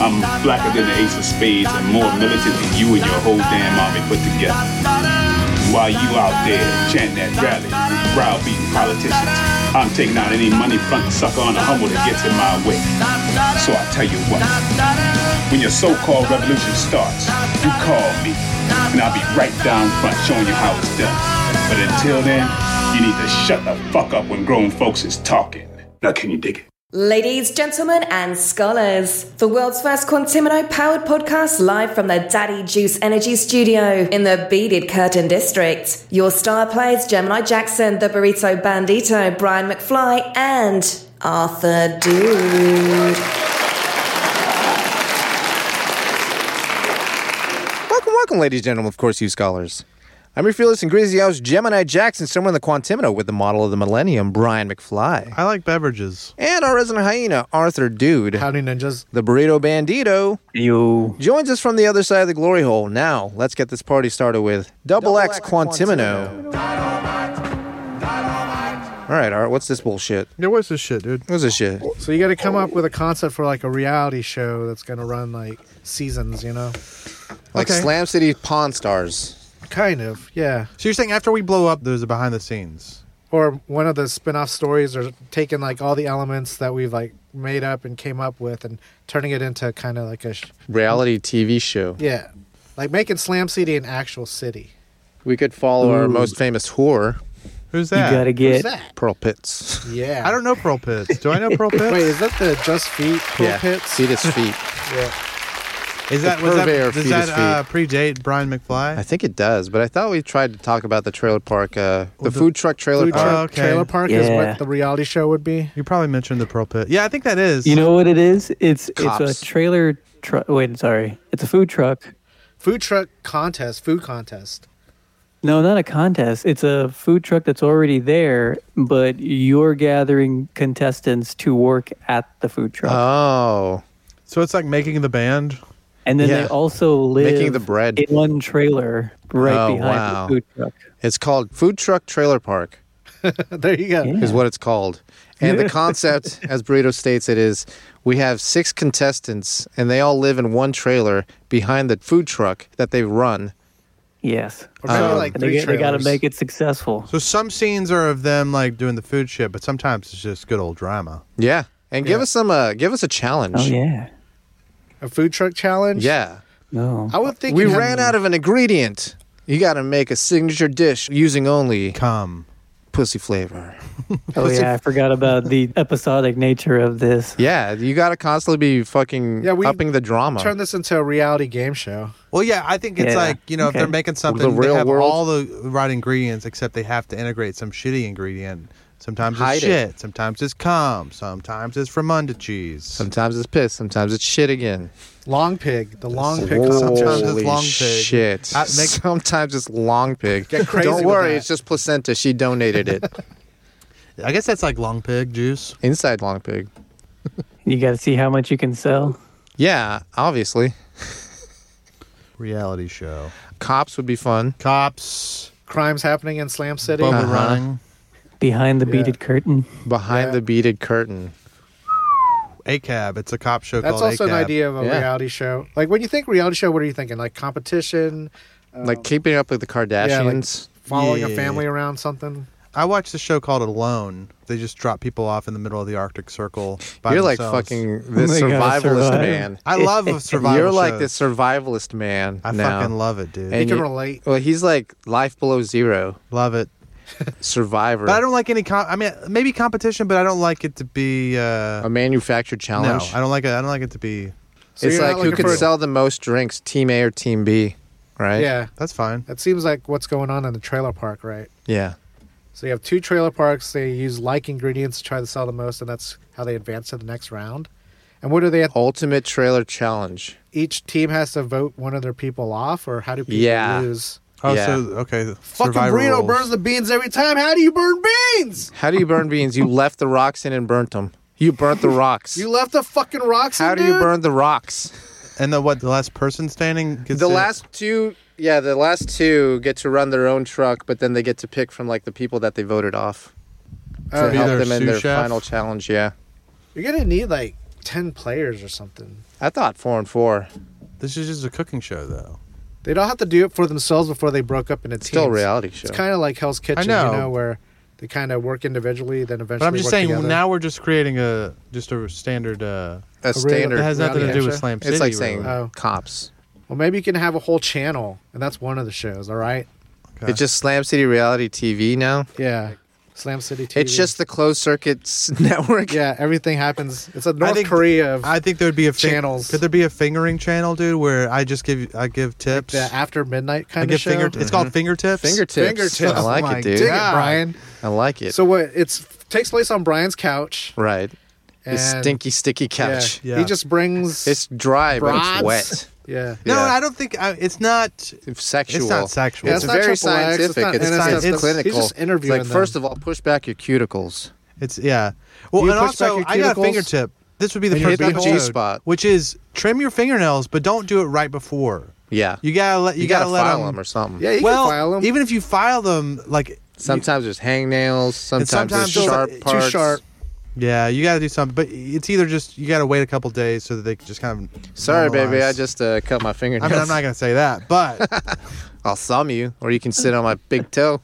I'm blacker than the ace of spades and more militant than you and your whole damn army put together. While you out there chanting that rally, browbeating politicians, I'm taking out any money front sucker on a humble that gets in my way. So I tell you what, when your so-called revolution starts, you call me, and I'll be right down front showing you how it's done. But until then, you need to shut the fuck up when grown folks is talking. Now can you dig it? Ladies, gentlemen, and scholars, the world's first Quantimino powered podcast live from the Daddy Juice Energy Studio in the Beaded Curtain District. Your star players Gemini Jackson, the Burrito Bandito, Brian McFly, and Arthur Dude. Welcome, welcome, ladies and gentlemen, of course, you scholars. I'm your fearless and greasy host, Gemini Jackson, somewhere in the Quantimino with the model of the millennium, Brian McFly. I like beverages. And our resident hyena, Arthur Dude. Howdy, ninjas. The burrito bandito You. joins us from the other side of the glory hole. Now, let's get this party started with Double, X, Quantimino. All right, Art, what's this bullshit? Yeah, what's this shit, dude? What's this shit? So you got to come up with a concept for like a reality show that's going to run like seasons, you know? Like Okay. Slam City Pawn Stars. Kind of, yeah. So you're saying after we blow up, there's a behind the scenes. Or one of the spin-off stories or taking like all the elements that we've like made up and came up with and turning it into kind of like a sh- Reality TV show. yeah. Like making Slam City an actual city. We could follow our most famous whore, Who's You that? gotta get. Who's that? Pearl Pitts. Yeah. I don't know Pearl Pits. Do I know Pearl Pits? Wait, is that the Just Feet Cool Pits? Fetus feet. Yeah. is that the was purveyor that does fetus that uh, predate Brian McFly? I think it does, but I thought we tried to talk about the trailer park, uh, the the- food truck trailer Food park. truck Oh, okay. Trailer Park is Yeah. what the reality show would be. you probably mentioned the Pearl Pit. Yeah, I think that is. You know what it is? It's Cops. it's a trailer truck. Wait, sorry. It's a food truck. Food truck contest, food contest. No, not a contest. It's a food truck that's already there, but you're gathering contestants to work at the food truck. Oh, so it's like making the band. and then yeah. they also live Making the bread. in one trailer right Oh, behind wow. the food truck. it's called food truck trailer park there you go. is what it's called, and the concept, as Burrito states, it is we have six contestants and they all live in one trailer behind the food truck that they run. Yes. Or maybe Um, like And three they, they got to trailers. make it successful. So some scenes are of them like doing the food shit, but sometimes it's just good old drama. Yeah, and give us some, uh, give us a challenge. Oh yeah. a food truck challenge. Yeah. No. I would think we you'd have- ran out of an ingredient. You got to make a signature dish using only Come. pussy flavor. Oh yeah. I forgot about the episodic nature of this. Yeah, you got to constantly be fucking Yeah, we upping the drama. turn this into a reality game show. Well, yeah, I think it's Yeah. like you know if Okay. they're making something, real they have world- all the right ingredients, except they have to integrate some shitty ingredient. Sometimes Hide it. it's shit. Sometimes it's cum. Sometimes it's Fremunda cheese. Sometimes it's piss. Sometimes it's shit again. Long pig, the long pig. Whoa. Sometimes Sometimes it's long pig. Shit. I- make- sometimes it's long pig. Get crazy Don't with worry, that. it's just placenta. She donated it I guess that's like long pig juice. inside long pig. You got to see how much you can sell. Yeah, obviously. Reality show. Cops would be fun. Cops. crimes happening in Slam City. Bubble Uh-huh. running. Behind the beaded curtain. Behind Yeah. the beaded curtain. A cab. It's a cop show That's called also A-Cab. an idea of a Yeah. reality show. Like when you think reality show, what are you thinking? Like competition, like keeping up with the Kardashians. following Yeah. a family around something. I watched a show called Alone. They just drop people off in the middle of the Arctic Circle. By You're like themselves. fucking this They gotta survivalist survive. man. I love survival. You're like shows. this survivalist man. I now. fucking love it, dude. And You can you- relate. Well, he's like life below zero love it. survivor. But I don't like any. Com- I mean, maybe competition, but I don't like it to be. Uh, a manufactured no, challenge. I don't like it. I don't like it to be. So it's you're not like who looking can for- sell the most drinks, team A or team B, right? Yeah, That's fine. that seems like what's going on in the trailer park, right? Yeah. So you have two trailer parks. They use like ingredients to try to sell the most, and that's how they advance to the next round. And what do they? Ultimate trailer challenge. Each team has to vote one of their people off, or how do people Yeah. lose? Oh, Yeah. so okay. Fucking survivor burrito rules. burns the beans every time. How do you burn beans? How do you burn beans? You left the rocks in and burnt them. You burnt the rocks. You left the fucking rocks. How in, do you dude? burn the rocks? And the what? The last person standing. Gets The to- last two, yeah, the last two get to run their own truck, but then they get to pick from like the people that they voted off to Oh, be help their them in sous their chef? final challenge. Yeah. You're gonna need like ten players or something. I thought four and four. This is just a cooking show, though. They'd all have to do it for themselves before they broke up into teams. It's still a reality show. It's kind of like Hell's Kitchen, know. you know, where they kind of work individually, then eventually. But I'm just work saying, together. now we're just creating a just a standard. Uh, a standard. that has nothing to reality do with show. Slam City. It's like saying uh, really. Oh. cops. Well, maybe you can have a whole channel, and that's one of the shows. All right. Okay. It's just Slam City reality TV now. Yeah. Slam City TV. It's just the closed circuits network. yeah. Everything happens. It's a North think- Korea of I think there'd be a fi- Channels. Could there be a fingering channel, dude, where I just give I give tips? the after midnight I kind give of show. finger. It's called Mm-hmm. fingertips. Fingertips. Fingertips. I like Oh my it, dude. Dig it, God. Brian. I like it. So what? It's takes place on Brian's couch. right. And His stinky, sticky couch. Yeah, Yeah. He just brings. It's dry, but it's Broads. wet. yeah. No, Yeah. I don't think I, it's not. It's sexual. It's not sexual. Yeah, It's, it's not very triple X, scientific. It's, it's not- it's, and it's not- it's- clinical. he's just interviewing like, first them. of all, push back your cuticles. It's yeah. Well, you and push back also your I got a cuticles? fingertip. This would be the And you first hit the episode, G-spot. which is trim your fingernails, but don't do it right before. Yeah. You gotta let you, You gotta, let file 'em- them, or something. Yeah. You well, can file them. even if you file them, like Sometimes there's hangnails. Sometimes, there's sometimes those- sharp too parts. sharp. yeah, you gotta do something. But it's either just you gotta wait a couple days so that they can just kind of. Sorry, baby. normalize. I just uh, cut my I fingernails. mean, I'm not gonna say that, but I'll thumb you, or you can sit on my big toe.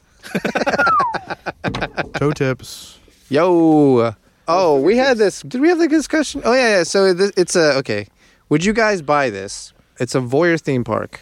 toe tips. Yo. Oh, we had this. Did we have the discussion? Oh yeah, yeah. So th- it's a okay. Would you guys buy this? It's a voyeur theme park,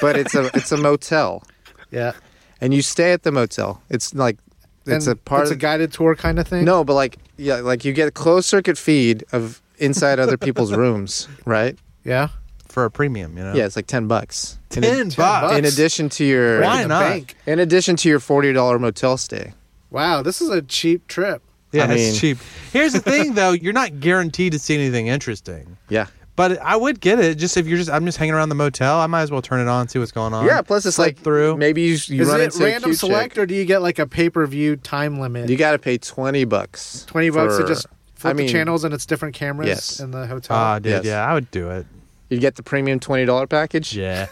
but it's a it's a motel, yeah. and you stay at the motel. It's like it's And a part It's a of guided tour kind of thing. no, but like yeah, like you get a closed circuit feed of inside other people's rooms, right? Yeah. for a premium, you know. Yeah, it's like Oh. ten bucks. In ad- ten bucks. In addition to your Why In the not? bank. in addition to your forty dollar motel stay. Wow. This is a cheap trip. Yeah, I mean- it's cheap. Here's the thing, though: you're not guaranteed to see anything interesting. Yeah. But I would get it just if you're just I'm just hanging around the motel. I might as well turn it on and see what's going on. Yeah. Plus, it's Flip like through. Maybe you, you is run it into a random cute chick. select or do you get like a pay per view time limit? You got to pay twenty bucks. Twenty bucks for- to just flip I mean, the channels and it's different cameras Yes. in the hotel. Ah, dude, Oh, Yes. yeah, I would do it. You get the premium twenty dollar package. Yeah.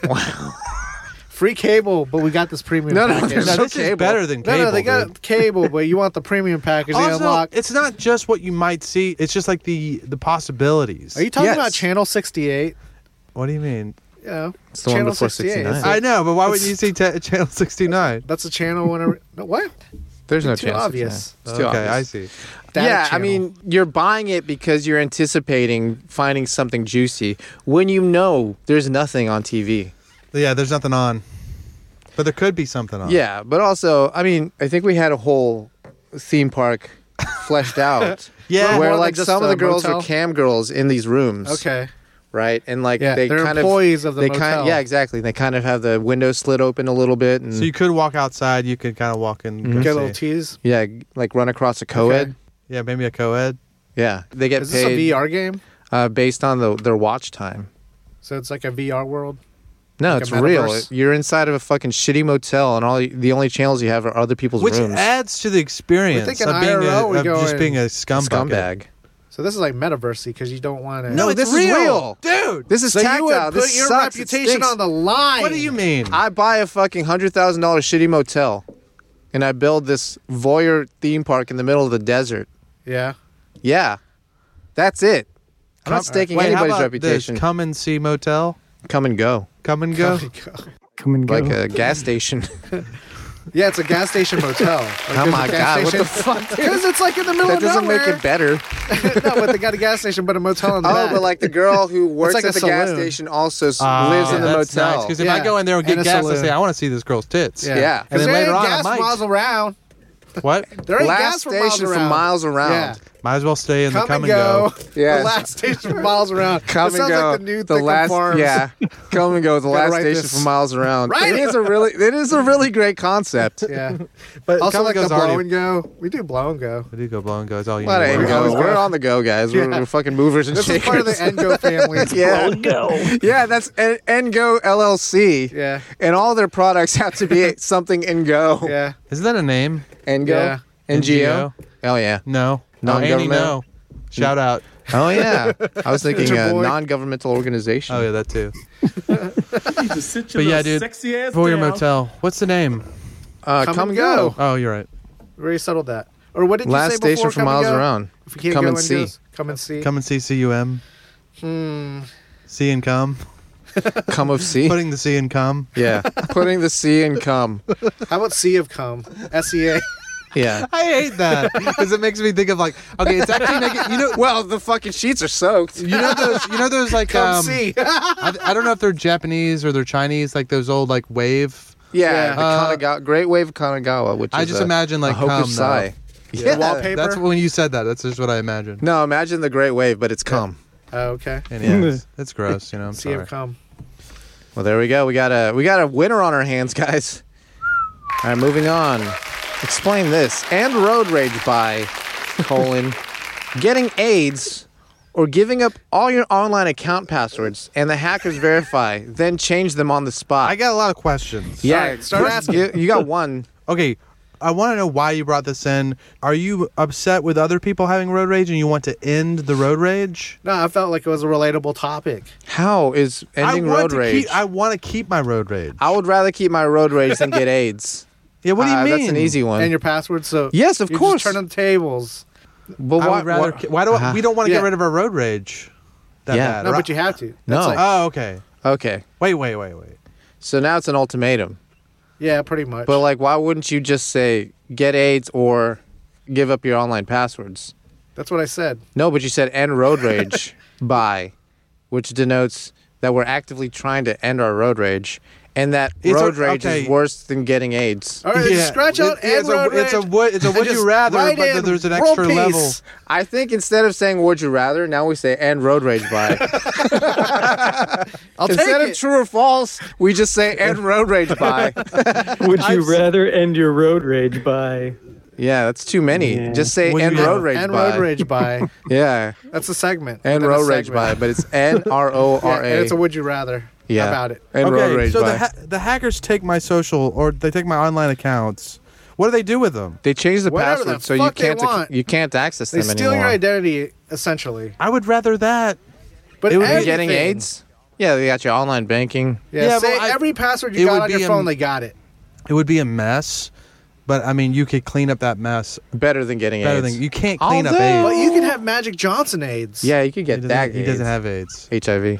Free cable, but we got this premium. No, no, no, package. now, no this cable. is better than No, cable. no, they got dude. cable, but you want the premium package. they Also, unlock. it's not just what you might see; it's just like the the possibilities. Are you talking Yes. about Channel 68? what do you mean? You know, It's the one Channel before 68. 69. I know, but why wouldn't you see t- channel sixty nine? That's a channel whenever. no, what? There's no too chance. of obvious. that. It's Okay, too I obvious. see. Data yeah, I channel. mean, you're buying it because you're anticipating finding something juicy when you know there's nothing on TV. Yeah, there's nothing on, but there could be something on. Yeah, but also, I mean, I think we had a whole theme park fleshed out. Yeah. More where than like just some of a the girls motel? are cam girls in these rooms. Okay. right? And like Yeah, they they're kind employees of of the they kind- motel. yeah, exactly. They kind of have the window slit open a little bit, and So you could walk outside. You could kind of walk in. go Mm-hmm. Get a little see. tease. yeah, like run across a co-ed. Okay. Yeah, maybe a co-ed. Yeah, they get Is this paid a VR game? uh, based on the, their watch time. So it's like a VR world. No, Like a it's real. metaverse? You're inside of a fucking shitty motel, and all you- the only channels you have are other people's Which rooms. adds to the experience thinking of being IRL, we a, of go just in being a scumbag. Scumbag. So this is like metaversey because you don't want to. No, this this is is real. real. dude. This is so tactile. you would this put your sucks. It reputation stinks. on the line. what do you mean? I buy a fucking hundred thousand dollar shitty motel, and I build this voyeur theme park in the middle of the desert. Yeah. Yeah, that's it. I'm not staking Wait, how anybody's about reputation. This? Come and see motel. come and go Come and go. Come and go. like a gas station. Yeah, it's a gas station motel. Like, oh there's my a gas god, what the station- fuck? dude? Because it's like in the middle that of doesn't nowhere. make it better. no, but they got a gas station, but a motel in the Oh, back. but like the girl who works like at a the gas saloon. station also s Ah, lives in the that's motel. Because if Yeah. I go in there and get And a gas, I saloon. say I want to see this girl's tits. yeah. And then there later ain't on, I gas might. miles around. What? There ain't Last gas for miles station for around. miles around. Yeah. Might as well stay in Come, the come and go. Yeah. The last station for miles around. Come it and sounds go. Like the new Thick'em last, Farms. yeah. Come and go. The last write station this. for miles around. Write it it. is a really, it is a really great concept. Yeah. But Also, come like and the go's blow already- and go. We do blow and go. I do go blow and go. It's all you But hey, need. we're, We're always we're going. on the go, guys. We're, Yeah. we're fucking movers and This is shakers. part of the Engo family. yeah. yeah, that's En- Engo LLC. Yeah. And all their products have to be something Engo. Yeah. Isn't that a name? Engo? Yeah. NGO? Oh, yeah. No. No, Oh, Annie, government. no. Shout out. Oh, yeah. I was thinking Your a boy. non governmental organization. Oh yeah, that too. Just sit your But yeah, little dude. sexy ass Voyeur down. Motel. What's the name? uh, Come and go. Oh, you're right. We already settled that. Or what did Last you say station before? for come and miles go? around. If we can't Come go and in, see. goes, Come and see. Come and see cum. Hmm. See and cum. Come of sea. Putting the see and cum. yeah, putting the sea in come. How about sea of come? S E A. Yeah. I hate that because it makes me think of like okay, it's actually making you know Well, the fucking sheets are soaked. you know those you know those like Come um, see. I, I don't know if they're Japanese or they're Chinese like those old like wave. Yeah, Yeah. the Uh, Kanagawa, Great Wave of Kanagawa, which I is just a- imagine, like, a hokusai. cum, though. Yeah. The wallpaper. That's when you said that. That's just what I imagined. No, imagine the Great Wave, but it's cum. Oh, okay. And yeah, it's, it's gross. You know, I'm sea sorry. of come. Well, there we go. We got a we got a winner on our hands, guys. All right, moving on. Explain this and road rage by colon getting AIDS or giving up all your online account passwords and the hackers verify, then change them on the spot. I got a lot of questions. yeah. All right, start first, asking. You, you got one. Okay, I want to know why you brought this in. Are you upset with other people having road rage and you want to end the road rage? No, I felt like it was a relatable topic. How is ending I want road to rage? Keep, I want to keep my road rage. I would rather keep my road rage than get AIDS. yeah, what do you Uh, mean? That's an easy one. And your password. So Yes, of you're course. Just turning tables. but I why, would rather. why- ki- Why Uh-huh. do I, we don't want to Yeah. get rid of our road rage? That Yeah. bad, No, right? but you have to. No. That's like- Oh, okay. okay. Wait, wait, wait, wait. So now it's an ultimatum. yeah, pretty much. But like, why wouldn't you just say get AIDS or give up your online passwords? That's what I said. No, but you said end road rage by, which denotes that we're actively trying to end our road rage, and that It's a- road rage okay. is worse than getting AIDS. All right, Yeah, scratch out it- yeah, and it's a- road it's a rage. would- it's a and would you just rather, write but in there's an world extra level. peace. I think instead of saying "Would you rather," now we say "End road rage by." I'll instead take of it. true or false, we just say "End road rage by." Would I've you s- rather end your road rage by? yeah, that's too many. Yeah. Just say Would you "End rather- road rage and by." road rage by. Yeah, That's a segment. and Then a road rage by, segment. but it's N R O Yeah, R and it's a A. would you rather Yeah. about it. And okay, road rage so by. the ha- the hackers take my social or they take my online accounts. What do they do with them? They changed the Whatever password, the so you fuck they can't ac- want. you can't access They them steal anymore. your identity essentially. I would rather that. But It would be You're everything- getting AIDS? Yeah, they got your online banking. Yeah, Yeah, say well, I- every password it you would got on your be, phone, um, they got it. It would be a mess, but I mean, you could clean up that mess Better than getting better AIDS. than you can't clean Although- up But AIDS. you can have Magic Johnson AIDS. yeah, you could He get doesn't, that. he AIDS. doesn't have AIDS. HIV.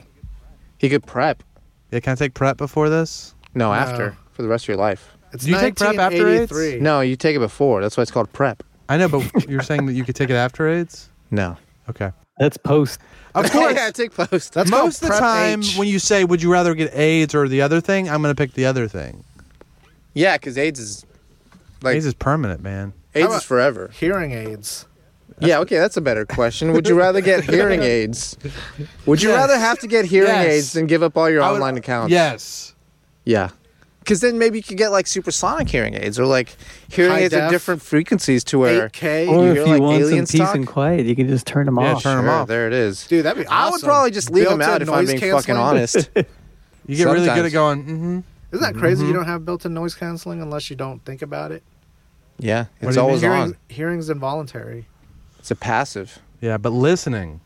He could prep. Yeah, can I take prep before this? No, after for the rest of your life. It's Do you take prep after AIDS? 1983. No, you take it before. That's why it's called prep. I know, but you're saying that you could take it after AIDS. No. Okay. That's post. Of course. yeah, take post. That's called Most of the Prep time, H. when you say, "Would you rather get AIDS or the other thing?" I'm going to pick the other thing. yeah, because AIDS is like AIDS AIDS is, is permanent, man. about- forever. hearing AIDS. Yeah, okay, that's a better question. Would you rather get hearing aids? Would you Yes. rather have to get hearing Yes. aids than give up all your I would- online accounts? Yes. Yeah. Because then maybe you could get like supersonic hearing aids or like hearing High aids at def. different frequencies to where. 8K. Or You if hear, you like, want some aliens peace talk? and quiet, you can just turn them Yeah, off. turn- 'em off. There it is. Dude, that'd be I awesome. would probably just leave them Built-in out if I'm noise being fucking canceling. honest. You get really good Sometimes. at going. Mm-hmm. Isn't that crazy? You don't have built-in noise canceling unless you don't think about it. yeah, do it's you mean? always Hearing, on. hearing's involuntary. It's a passive. Yeah, but listening.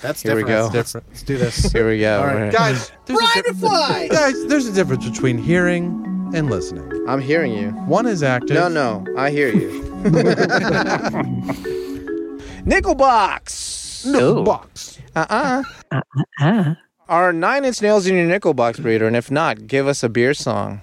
That's Here we different. go. Let's, Different. let's do this. Here we go. All right. We're- Guys, there's a Ride di- and fly. guys, there's a difference between hearing and listening. I'm hearing you. One is active. No, no, I hear you. Nickelbox. No. Box. Uh-uh. Ah. Are Nine Inch Nails in your Nickelbox breeder? And if not, give us a beer song.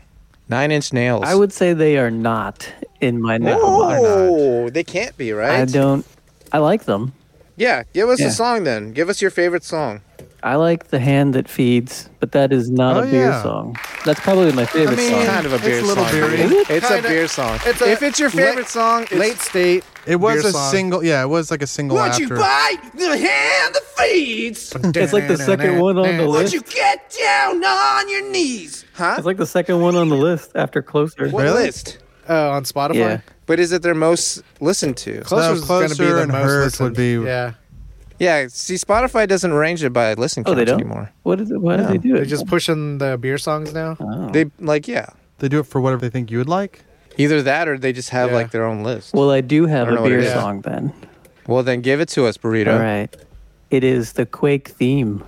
Nine Inch Nails. I would say they are not in my Nickelbox. Oh, they can't be, right? I don't. I like them. Yeah, give us Yeah. a song then. Give us your favorite song. I like the hand that feeds, but that is not Oh, a beer yeah. song. That's probably my favorite It's song. kind of a it's beer a little song. beery. It's a Kinda- beer song. it's a if it's your favorite late- song, it's Late state. It was beer a song. single. Yeah, it was like a single Once after. you bite the hand that feeds, It's like the second one on the list. once you get down on your knees, huh? It's like the second one on the list after Closer. What Really? list? Oh, on Spotify. Yeah. But is it their most listened to? Closer is going to be Closer the and most Hurt listened. would be- Yeah. Yeah, see, Spotify doesn't range it by listen Oh, counts they don't. anymore. What is it? Why do they do it? They're just pushing the beer songs now. Oh. They like yeah, They do it for whatever they think you would like. either that or they just have Yeah. like their own list. Well, well, I do have I don't know a what it beer is. song then. then give it to us, burrito. All right. It is the Quake theme.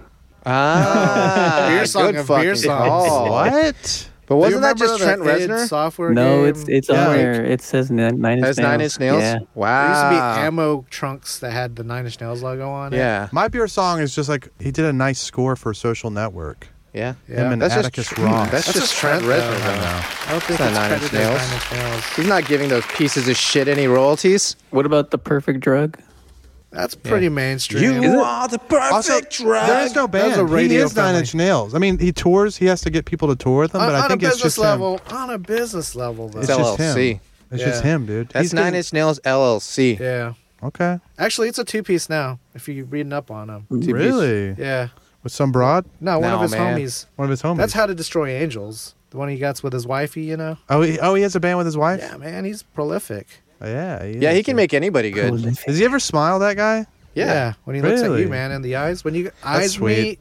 Ah, Beer song good of fucking beer songs. call. What? But Do you wasn't that remember just Trent id Reznor? software No, game? it's it's Yeah. on there. It says Nine, nine Inch Has Nails. Nine Inch Nails? Yeah. There used to Wow. be ammo trunks that had the Nine Inch Nails logo on it. yeah. My Pure Song is just like he did a nice score for Social Network. Yeah. Yeah. Him and That's just Atticus Tr- Ross. that's That's just just Trent Trent, Reznor. though. though. I don't It's think not it's Nine Inch credited as Nails. Nine Inch Nails. He's not giving those pieces of shit any royalties. What about the Perfect Drug? That's pretty mainstream. are the perfect Also, there is no That was band. a radio he is Nine friendly. Inch Nails. I mean, he tours. He has to get people to tour with him. on, But I on think a it's business just level, him. on a business level though. It's It's just him. LLC. It's just Yeah. him, dude. That's He's Nine getting- Inch Nails LLC. yeah. Okay. Actually, it's a two piece now. If you're reading up on him, Mm. Really? yeah. With some broad, No, one No, of his man. homies. one of his homies. That's how to destroy angels. The one he gets with his wifey, you know. oh, he, oh, he has a band with his wife. Yeah, man, he's prolific. Oh, yeah. is, Yeah, he can dude. make anybody good. Does he ever smile? That guy? Yeah. when he looks at Really? you, man, in the eyes, when you eyes sweet. meet,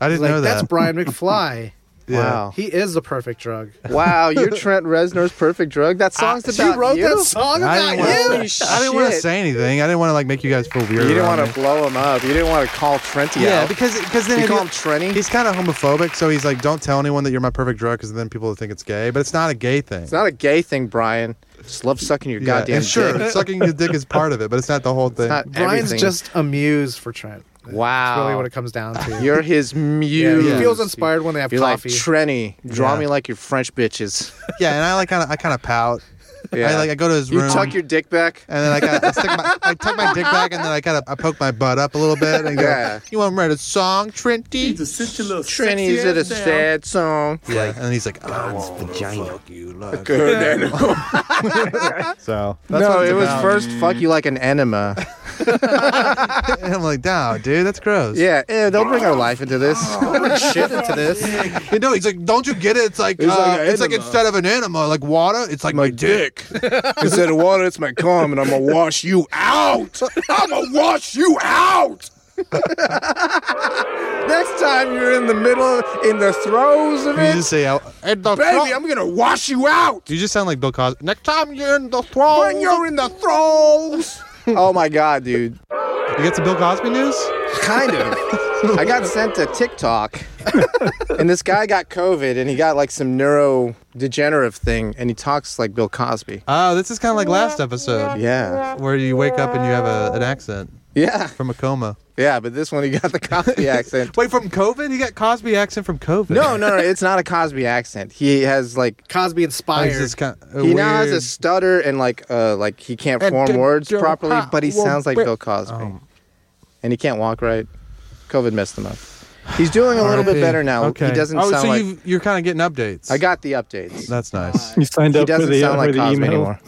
I didn't like know that. that's Brian McFly. Wow. he is the perfect drug. wow, you're Trent Reznor's perfect drug. That song's about you wrote you. that song I about didn't, you. Holy want to, I didn't want to shit. say anything. I didn't want to like make you guys feel weird. You didn't want to to. blow him up. You didn't want to call Trenty Yeah, out. because because then you if call you- him Trenty. he's kind of homophobic, so he's like, don't tell anyone that you're my perfect drug, because then people will think it's gay. But it's not a gay thing. It's not a gay thing, Brian. Just love sucking your Yeah, goddamn and sure, dick. sucking his dick is part of it, but it's not the whole thing. not- Brian's Everything. just a muse for Trent. That's Wow. really what it comes down to. You're his yeah, muse. he feels inspired when they have You're like coffee. Trenny. Draw Yeah. me like your French bitches. yeah, and I like kind of I kind of pout. Yeah. I like I go to his you room. tuck your dick back. and then I kind of I, stick my, I tuck my dick back, and then I kind of I poke my butt up a little bit, and go, Yeah. "You want to write a song, Trinity?" Just sit your little Trenny, sexy is it a ass down. sad song? Yeah, and then he's like, "Oh, "I want vagina. fuck you." Like. Good. So that's No, what it's it was about. first fuck you like an enema. And I'm like, "No, dude, that's gross." yeah, eh, don't bring our life into this. Don't bring shit into this. You know, he's like, "Don't you get it? It's like It's uh, like an it's like enema. instead of an enema, like water, it's like my, dick." Instead of water, it's my cum, and I'm gonna wash you out. I'm gonna wash you out. Next time you're in the middle, in the throes of You it, just say, "I- "And the baby, thro-" I'm gonna wash you out. You just sound like Bill Cosby. Next time you're in the throne, When you're in the throes. oh my god, dude. you get some Bill Cosby news. Kind of. I got sent a TikTok, and this guy got COVID, and he got like some neurodegenerative thing, and he talks like Bill Cosby. Oh, this is kind of like last episode, Yeah, where you wake up and you have a, an accent yeah, from a coma. yeah. But this one, he got the Cosby accent. Wait, from COVID? He got Cosby accent from COVID. No, no, no. It's not a Cosby accent. He has like Cosby Oh, inspired. he's just kind of he now has a stutter and like uh like he can't And form d- words d- properly, ha- but he well, sounds like but- Bill Cosby, Oh. and he can't walk right. COVID messed him up. He's doing a little bit better now. He doesn't oh, sound so like. you you're kind of getting updates. I got the updates. That's nice. You signed He up for doesn't the, uh, sound for like the Cosby email. anymore.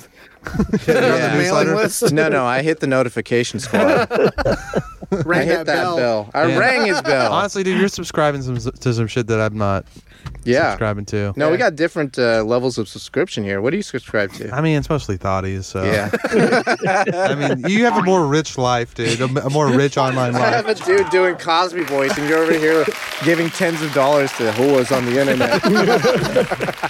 You're on Yeah. the mailing list. No, no. I hit the notification squad. I Rang hit that, bell. I Yeah. rang his bell. Honestly, dude, you're subscribing some, to some shit that I'm not yeah. subscribing to. No, we got different uh, levels of subscription here. What do you subscribe to? I mean, it's mostly thoughties. So yeah. I mean, you have a more rich life, dude. A, a more rich online I have life. a dude doing Cosby voice, and you're over here giving tens of dollars to whores on the internet.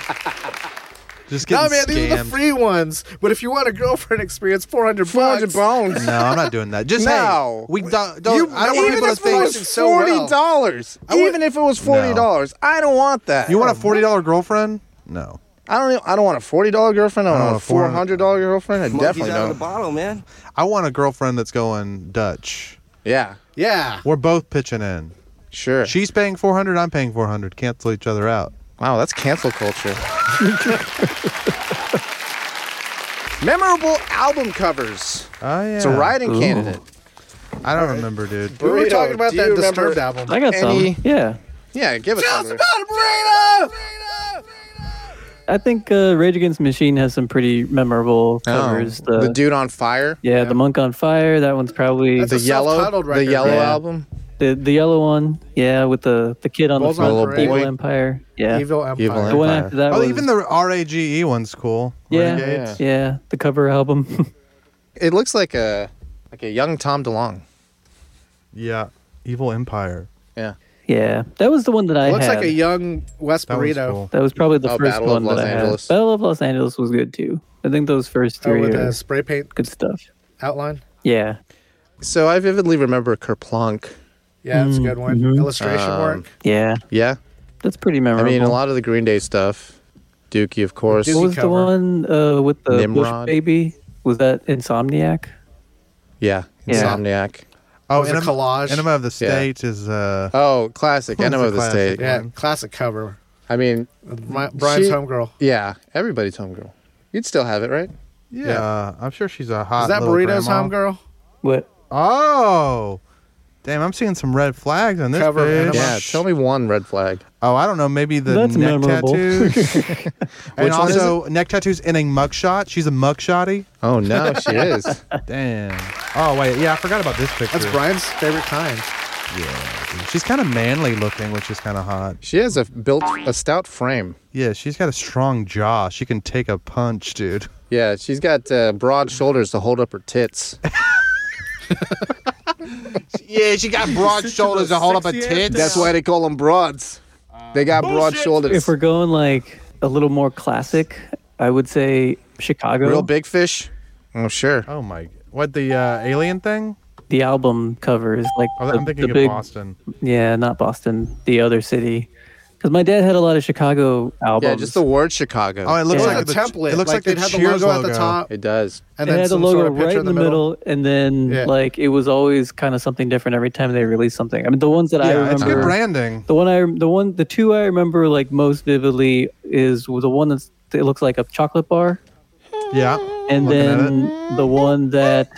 Just No, getting man, these are the scammed. free ones. But if you want a girlfriend experience, 400 400 bucks. bones. no, I'm not doing that. Just No. hey, we don't. don't You- I don't want even people to if it think. was Fucking so well. forty dollars, even if it was forty dollars, I don't want that. You want a forty dollar girlfriend? No. I don't. even- I don't want a forty dollar girlfriend. I don't want a four hundred dollar girlfriend. I definitely don't. bottle, man. I want a girlfriend that's going Dutch. Yeah, Yeah. We're both pitching in. sure. She's paying 400, I'm paying 400. Cancel each other out. Wow, that's cancel culture. Memorable album covers. Oh yeah. It's a writing candidate. I don't remember, dude. We were Burrito, talking about do that you remember- Disturbed album. I got Any- some. Yeah. Yeah, give us something. I think uh, Rage Against the Machine has some pretty memorable covers. Oh, the dude on fire. Yeah, the Monk on Fire. That one's probably That's the a yellow, self-titled the record. yellow Yeah. album, the the yellow one. Yeah, with the the kid on Bulls the on front. Parade. Evil Empire. Yeah, Evil Empire. Evil the one Empire. after that. Oh, was- even the RAGE E one's cool. yeah, Renegades. yeah the cover album. It looks like a like a young Tom DeLonge. Yeah. Evil Empire. Yeah, yeah, that was the one that I Looks had. like a young West That was Burrito. cool. that was probably the Oh, first Battle of one Los that Angeles. I had. Battle of Los Angeles was good too. I think those first Oh, three with are a spray paint good stuff. outline. Yeah, So I vividly remember Kerplunk. Yeah, that's a good one. Illustration Um, work. yeah, Yeah. that's pretty I memorable. mean, a lot of the Green Day stuff. Dookie, of course. Dookie. What was cover. the one uh, with the Nimrod. Bush baby? Was that Insomniac? Yeah, Yeah. Insomniac. It Oh, was a Enema- collage. Enema of the State is uh, Oh, classic. Well, Enema it's a of the classic. State. yeah, classic cover. I mean, My, Brian's She- homegirl. yeah, everybody's homegirl. You'd still have it, right? yeah, yeah. I'm sure she's a hot. Is that little Burrito's grandma. homegirl? What? Oh, damn! I'm seeing some red flags on this. Cover of bitch. Enema. Yeah, tell me one red flag. Oh, I don't know. Maybe the That's neck memorable. tattoos. Which and one is also neck tattoos in a mugshot. She's a mugshotty. Oh, no, she is. Damn. Oh wait, yeah, I forgot about this picture. That's Brian's favorite kind. She's kind of manly looking, which is kind of hot. She has a built a stout frame. Yeah, she's got a strong jaw. She can take a punch, dude. Yeah, she's got uh, broad shoulders to hold up her tits. Yeah, she got broad shoulders to hold up a tit. That's why they call them broads. They got broad shoulders. If we're going like a little more classic, I would say Chicago. Real big fish. Oh, sure. Oh my! What the uh, alien thing? The album cover is like I was- the, I'm the thinking big, of Boston. Yeah, not Boston. The other city. Because my dad had a lot of Chicago albums. Yeah, just the word Chicago. Oh, it looks It was like a the, template. It looks like, they the had the Cheers logo, at the top, it does. and it then had the some logo sort of picture right in the middle, and then Yeah. like it was always kind of something different every time they released something. I mean, the ones that I Yeah, it's remember, good branding. the one I, the one, the two I remember like most vividly is the one that's it looks like a chocolate bar, Yeah. and Looking at then the one that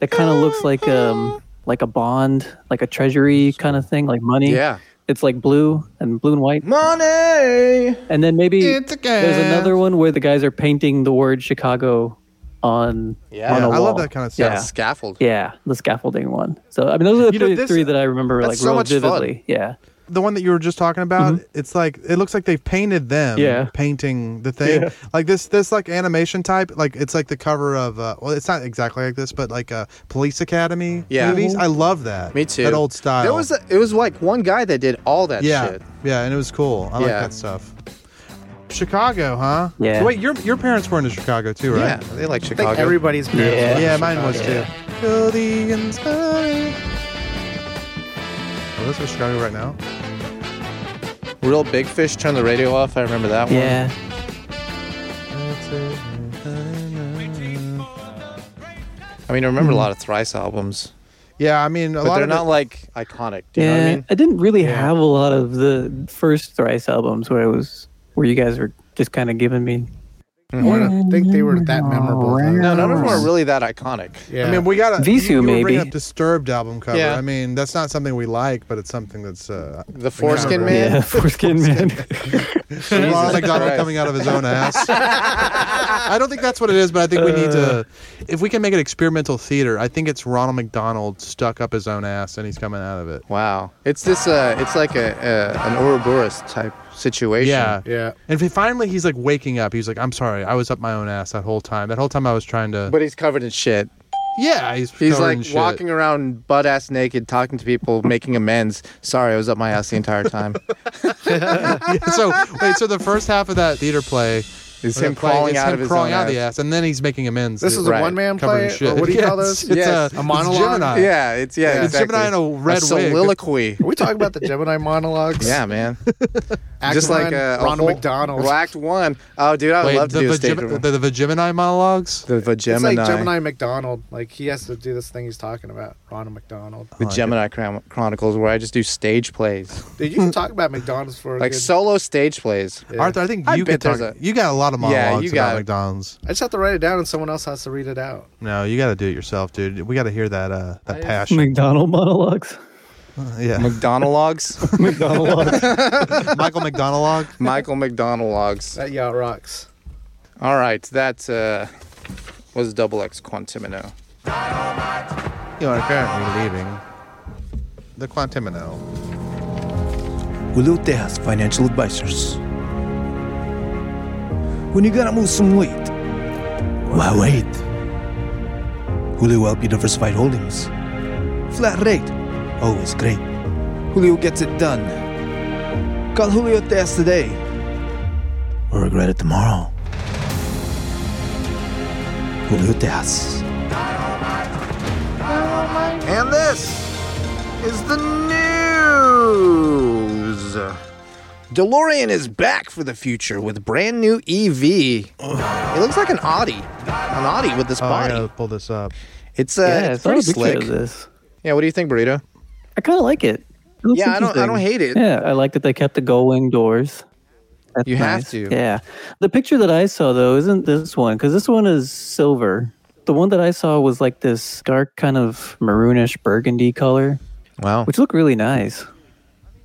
that kind of looks like um like a bond, like a treasury kind of thing, like money. Yeah. it's like blue and blue and white, Money. and then maybe It's a gas. there's another one where the guys are painting the word Chicago on Yeah. on a I love wall. that kind of stuff. Yeah. Scaffold. Yeah, the scaffolding one. So I mean, those are the You know, three, this- three that I remember that's like so real much fun. vividly. Yeah, the one that you were just talking about it's like it looks like they've painted them Mm-hmm. Yeah. painting the thing Yeah. like this this like animation type like it's like the cover of uh well it's not exactly like this but like uh police academy Yeah. movies i love that Me too. that old style There was a, it was like one guy that did all that yeah shit. yeah and it was cool i Yeah. like that stuff chicago huh Yeah. so wait your your parents were in Chicago too Yeah, right they like I think Chicago. everybody's parents Yeah. were yeah in mine Chicago. was too Feel the inside. oh this is chicago right now Real big fish. Turn the radio off. I remember that one. yeah. I mean, I remember a lot of Thrice albums, yeah i mean a but lot they're of it- not like iconic. Do you yeah, know what I mean? didn't really have a lot of the first Thrice albums where I was where you guys were just kind of giving me. I wouldn't think they were that memorable. though. No, none of them are really that iconic. Yeah. I mean, we got a Visu, you, you were bringing maybe. up disturbed album cover. Yeah. I mean, that's not something we like, but it's something that's uh, The Foreskin Yeah. Man. Yeah, foreskin man. Ronald McDonald Christ. coming out of his own ass. I don't think that's what it is, but I think we need Uh. to. If we can make it experimental theater, I think it's Ronald McDonald stuck up his own ass and he's coming out of it. Wow, it's this. Uh, it's like a, a an Ouroboros type situation. Yeah. yeah. And fi- finally, he's like waking up. He's like, "I'm sorry, I was up my own ass that whole time. That whole time I was trying to." but he's covered in shit. yeah, he's He's covered in like shit. walking around butt ass naked, talking to people, making amends. Sorry, I was up my ass the entire time. so wait, so the first half of that theater play It's Or him the play- crawling it's out him of his crawling own out of the ass. ass, and then he's making amends. This to- is a Right. one man Covered in play. shit. Or what do you Yeah, call it's- this? It's Yes. a, A monologue? It's Gemini. Yeah, it's yeah, It's exactly. Gemini in a red wig. soliloquy. Are we talking about the Gemini monologues? yeah, man. Act Just like one, uh, a Ronald whole- McDonald. well, Act one. Oh, dude, I would Wait, love to the, do a Vagem- stage. the, one. the, Gemini monologues. The, the It's Gemini. like Gemini McDonald. Like he has to do this thing he's talking about, Ronald McDonald. Oh, The Gemini Chron- Chronicles, where I just do stage plays, Dude, you can talk about McDonald's for a like good- solo stage plays. Yeah. Arthur, I think I you bet could talk. there's a- you got a lot of Yeah, monologues you got about it. McDonald's. I just have to write it down, and someone else has to read it out. No, you got to do it yourself, dude. We got to hear that uh, that passion. McDonald monologues. yeah, McDonalogs, McDonald. Michael McDonald. Michael McDonalogs. That yacht rocks. All right, that uh, was Double X Quantimino. You are currently leaving the Quantimino. Улюте has financial advisors. When you gotta lose some weight, why wait? Julio help you diversified holdings. Flat rate, always great. Julio gets it done. Call Julio Tejas today, or regret it tomorrow. Julio Tejas. And this is the news. DeLorean is back for the future with brand new EV. It looks like an Audi, an Audi with this Oh, I body. gotta pull this up. It's uh, yeah, it's I saw pretty a picture slick. of this. Yeah, what do you think, Burrito? I kind of like it. It looks Yeah, I don't- I interesting. don't hate it. Yeah, I like that they kept the gullwing doors. That's You have nice. to. Yeah. The picture that I saw though isn't this one because this one is silver. The one that I saw was like this dark kind of maroonish burgundy color, Wow. which looked really nice.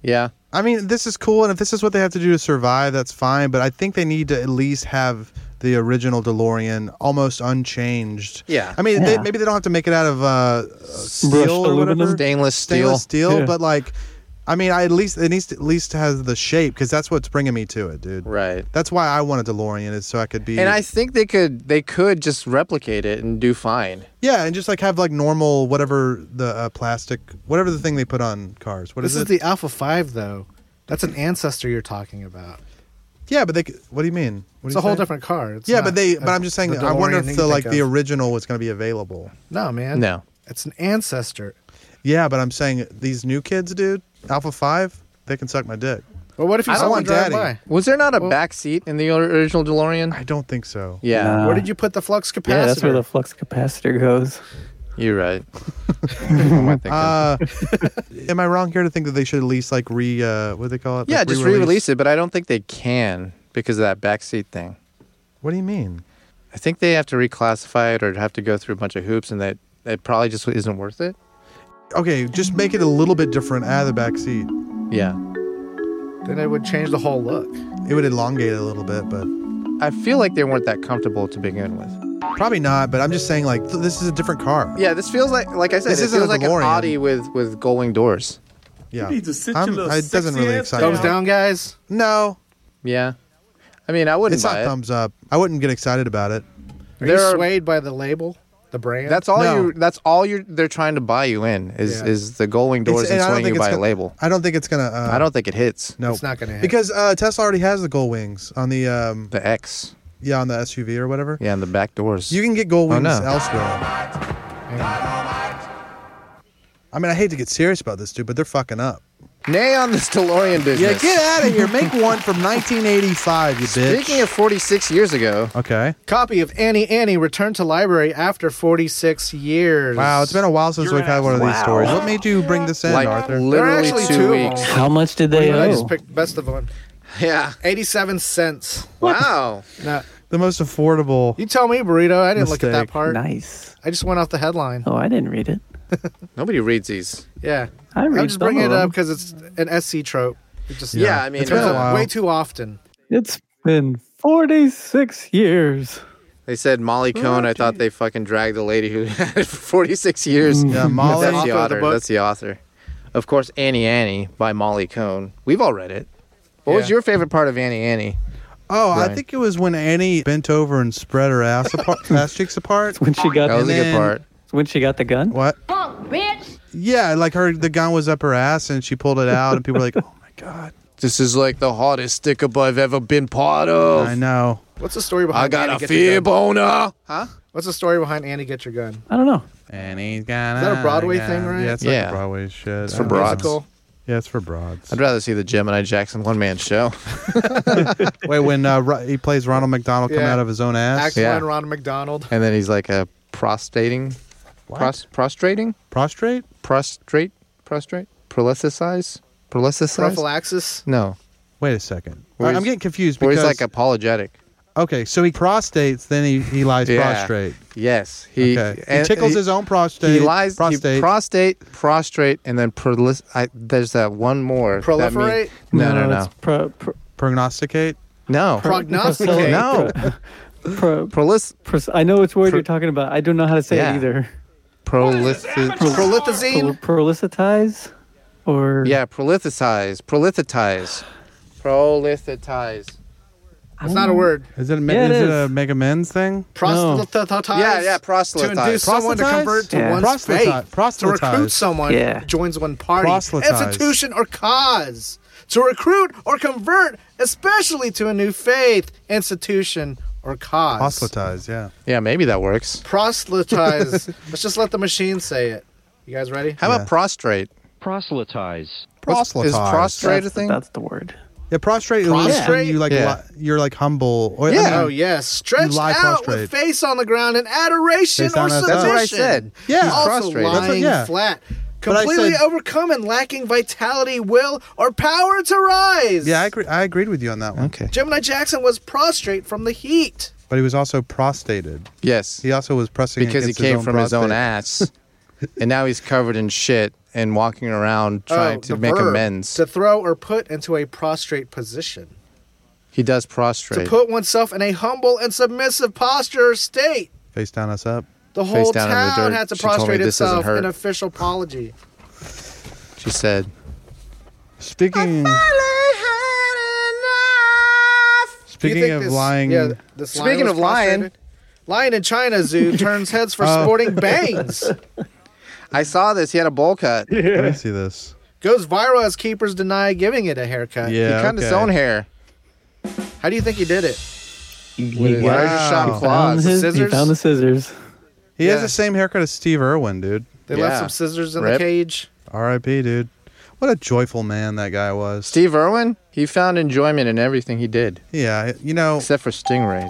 Yeah. I mean, this is cool, and if this is what they have to do to survive, that's fine. But I think they need to at least have the original DeLorean almost unchanged. Yeah. I mean, they, Yeah. maybe they don't have to make it out of uh, steel or aluminum? whatever, Stainless steel. stainless steel, Yeah. but like, I mean, I at least it needs to at least has the shape because that's what's bringing me to it, dude. Right. That's why I want a DeLorean is so I could be And I think they could they could just replicate it and do fine. yeah, and just like have like normal whatever the uh, plastic whatever the thing they put on cars. What is This is it? the Alpha Five though. That's an ancestor you're talking about. yeah, but they. c- What do you mean? What do It's you a whole say? different car. It's Yeah, not but they. a- But I'm just saying. uh, the I wonder DeLorean if that the you like think the of. original was going to be available. No man. No. It's an ancestor. Yeah, but I'm saying these new kids, dude, Alpha Five, they can suck my dick. Well, what if you I saw don't one want drive daddy. by? Was there not a back seat in the or- original DeLorean? I don't think so. yeah. Nah. Where did you put the flux capacitor? Yeah, that's where the flux capacitor goes. You're right. What am I thinking? Uh, am I wrong here to think that they should at least like re uh, what do they call it? yeah, Like, just re-release it, but I don't think they can because of that back seat thing. What do you mean? I think they have to reclassify it or have to go through a bunch of hoops, and that it probably just isn't worth it. Okay, just make it a little bit different out of the back seat. Yeah, then it would change the whole look. It would elongate it a little bit, but I feel like they weren't that comfortable to begin with. probably not. But I'm just saying, like, th- this is a different car. Yeah, this feels like, like I said, This this it isn't feels a like an DeLorean. Audi with with going doors. Yeah, need to sit your I'm- little it doesn't sexy really ass excite down. me. Thumbs down, guys. No, Yeah, I mean, I wouldn't it's buy not it. thumbs up. I wouldn't get excited about it. Are There you are- swayed by the label, the brand? That's all No. you. That's all you're. They're trying to buy you in is Yeah. is the going doors It's- and and I don't swaying think you it's by a gonna- label. I don't think it's gonna. Uh, I don't think it hits No, It's not gonna hit. because uh, Tesla already has the gold wings on the um, the X. yeah on the SUV or whatever. Yeah, and the back doors. You can get gold Oh, wings no. elsewhere. I mean, I hate to get serious about this, dude, but they're fucking up. nay on this DeLorean Yeah, business. get out of here. Make one from 1985, you bitch. Speaking of 46 years ago, okay, Copy of Annie Annie returned to library after 46 years. wow, it's been a while since we've had one of these stories. What made you bring this in, like Arthur? literally actually two, two of weeks. them. How much did they I owe? just picked best of one. Yeah. 87 cents. Wow. Now, The most affordable. you tell me, burrito. I didn't look at that Mistake. part. Nice. I just went off the headline. Oh, I didn't read it. Nobody reads these. Yeah, I read I'm just some bringing of it up them. because it's an SC trope. It just Yeah, I mean, uh, it comes been a up while. way too often. It's been 46 years. They said Molly Oh, Cohn. I thought they fucking dragged the lady who had it for 46 years. Yeah, Mm. Molly. That's the Author of the author. book. That's the author. Of course, Annie Annie by Molly Cohn. We've all read it. What was Yeah. your favorite part of Annie Annie? Oh, I Right. think it was when Annie bent over and spread her ass apart, ass cheeks apart. When she got Oh, That was the, a good then- part. when she got the gun. What? bitch. Yeah, like her, the gun was up her ass, and she pulled it out, and people were like, "Oh my god!" This is like the hottest stick up I've ever been part of. "Oh, I know. What's the story behind? Annie Get Your Gun? boner. Huh? What's the story behind Annie Get Your Gun? I don't know. And he's gonna. Is that a Broadway thing, right? Yeah, it's Yeah. like Broadway shit. It's for broads. Musical. Yeah, it's for broads. I'd rather see the Gemini Jackson one man show. Wait, when uh, Ro- he plays Ronald McDonald come Yeah. out of his own ass, Axel Yeah. and Ron McDonald. And then he's like a prostrating, pros- prostrating, prostrate. prostrate, prostrate, prolethicize, prolethicize. Prophylaxis. No, Wait a second. Or I- I'm he's- getting confused or because he's like apologetic. okay, so he prostates, then he, he lies Yeah. prostrate. Yes, he okay, he and- tickles he- his own prostate. He lies. Prostate. Prostate. He prostate, prostrate, and then prolis- I, there's that one more. that mean- Proliferate? no, no, no, it's Pro, pro, prognosticate. no. Pro- Prognosticate. No. Pro, pro, Prolis. pros- I know which word Pro- you're talking about. I don't know how to say Yeah. it either. Prolithi- Pro, Prolithazine. prolicize? Or yeah, prolithicize, prolithitize, prolithitize. It's not a word. Is it a, me- Yeah, it is is. it a mega men's thing? Proselytize. Yeah, yeah, proselytize. To induce someone to Proselytize? convert to Yeah. one's Proselytize. faith. To recruit Proselytize. someone Yeah. who joins one party, Proselytize. institution, or cause. To recruit or convert, especially to a new faith, institution, or cause. Proselytize. Yeah. Yeah, maybe that works. Proselytize. Let's just let the machine say it. You guys ready? How about prostrate? Proselytize. What's- Proselytize. Is prostrate a that's, thing? that's the word. Yeah, prostrate. is when Prostrate? You like Yeah. li- you're like humble. Or, I Yeah. mean, Oh yes, stretched lie out prostrate. with face on the ground in adoration Face or down, that's- submission. that's what I said. Yeah. He's also Prostrate. lying That's what- yeah. flat, But I completely said- overcome and lacking vitality, will, or power to rise. yeah, I agree. I agreed with you on that one. Okay. Gemini Jackson was prostrate from the heat. But he was also prostated. Yes. He also was pressing because he against came from his own ass, prostate. and now he's covered in shit and walking around trying Oh, to the make verb, amends. To throw or put into a prostrate position. he does To prostrate. put oneself in a humble and submissive posture or state. Face down, us up. The whole down in the town dirt. had to She told me prostrate this doesn't itself hurt. in official apology. she said, Speaking. Do you Speaking think of this- lying, yeah, this lion Speaking was of lion- prostrated? lion in China zoo turns heads for Oh. sporting bangs. "I saw this. He had a bowl cut. let me see this. Goes viral as keepers deny giving it a haircut. Yeah, he cut his okay. own hair. How do you think he did it? He, Wow. got- Shot Wow. found claws. his- he scissors? found the scissors. He has Yeah. the same haircut as Steve Irwin, dude. They Yeah. left some scissors in the Rip. cage. R.I.P. Dude. What a joyful man that guy was. Steve Irwin. He found enjoyment in everything he did, Yeah, you know, except for stingrays.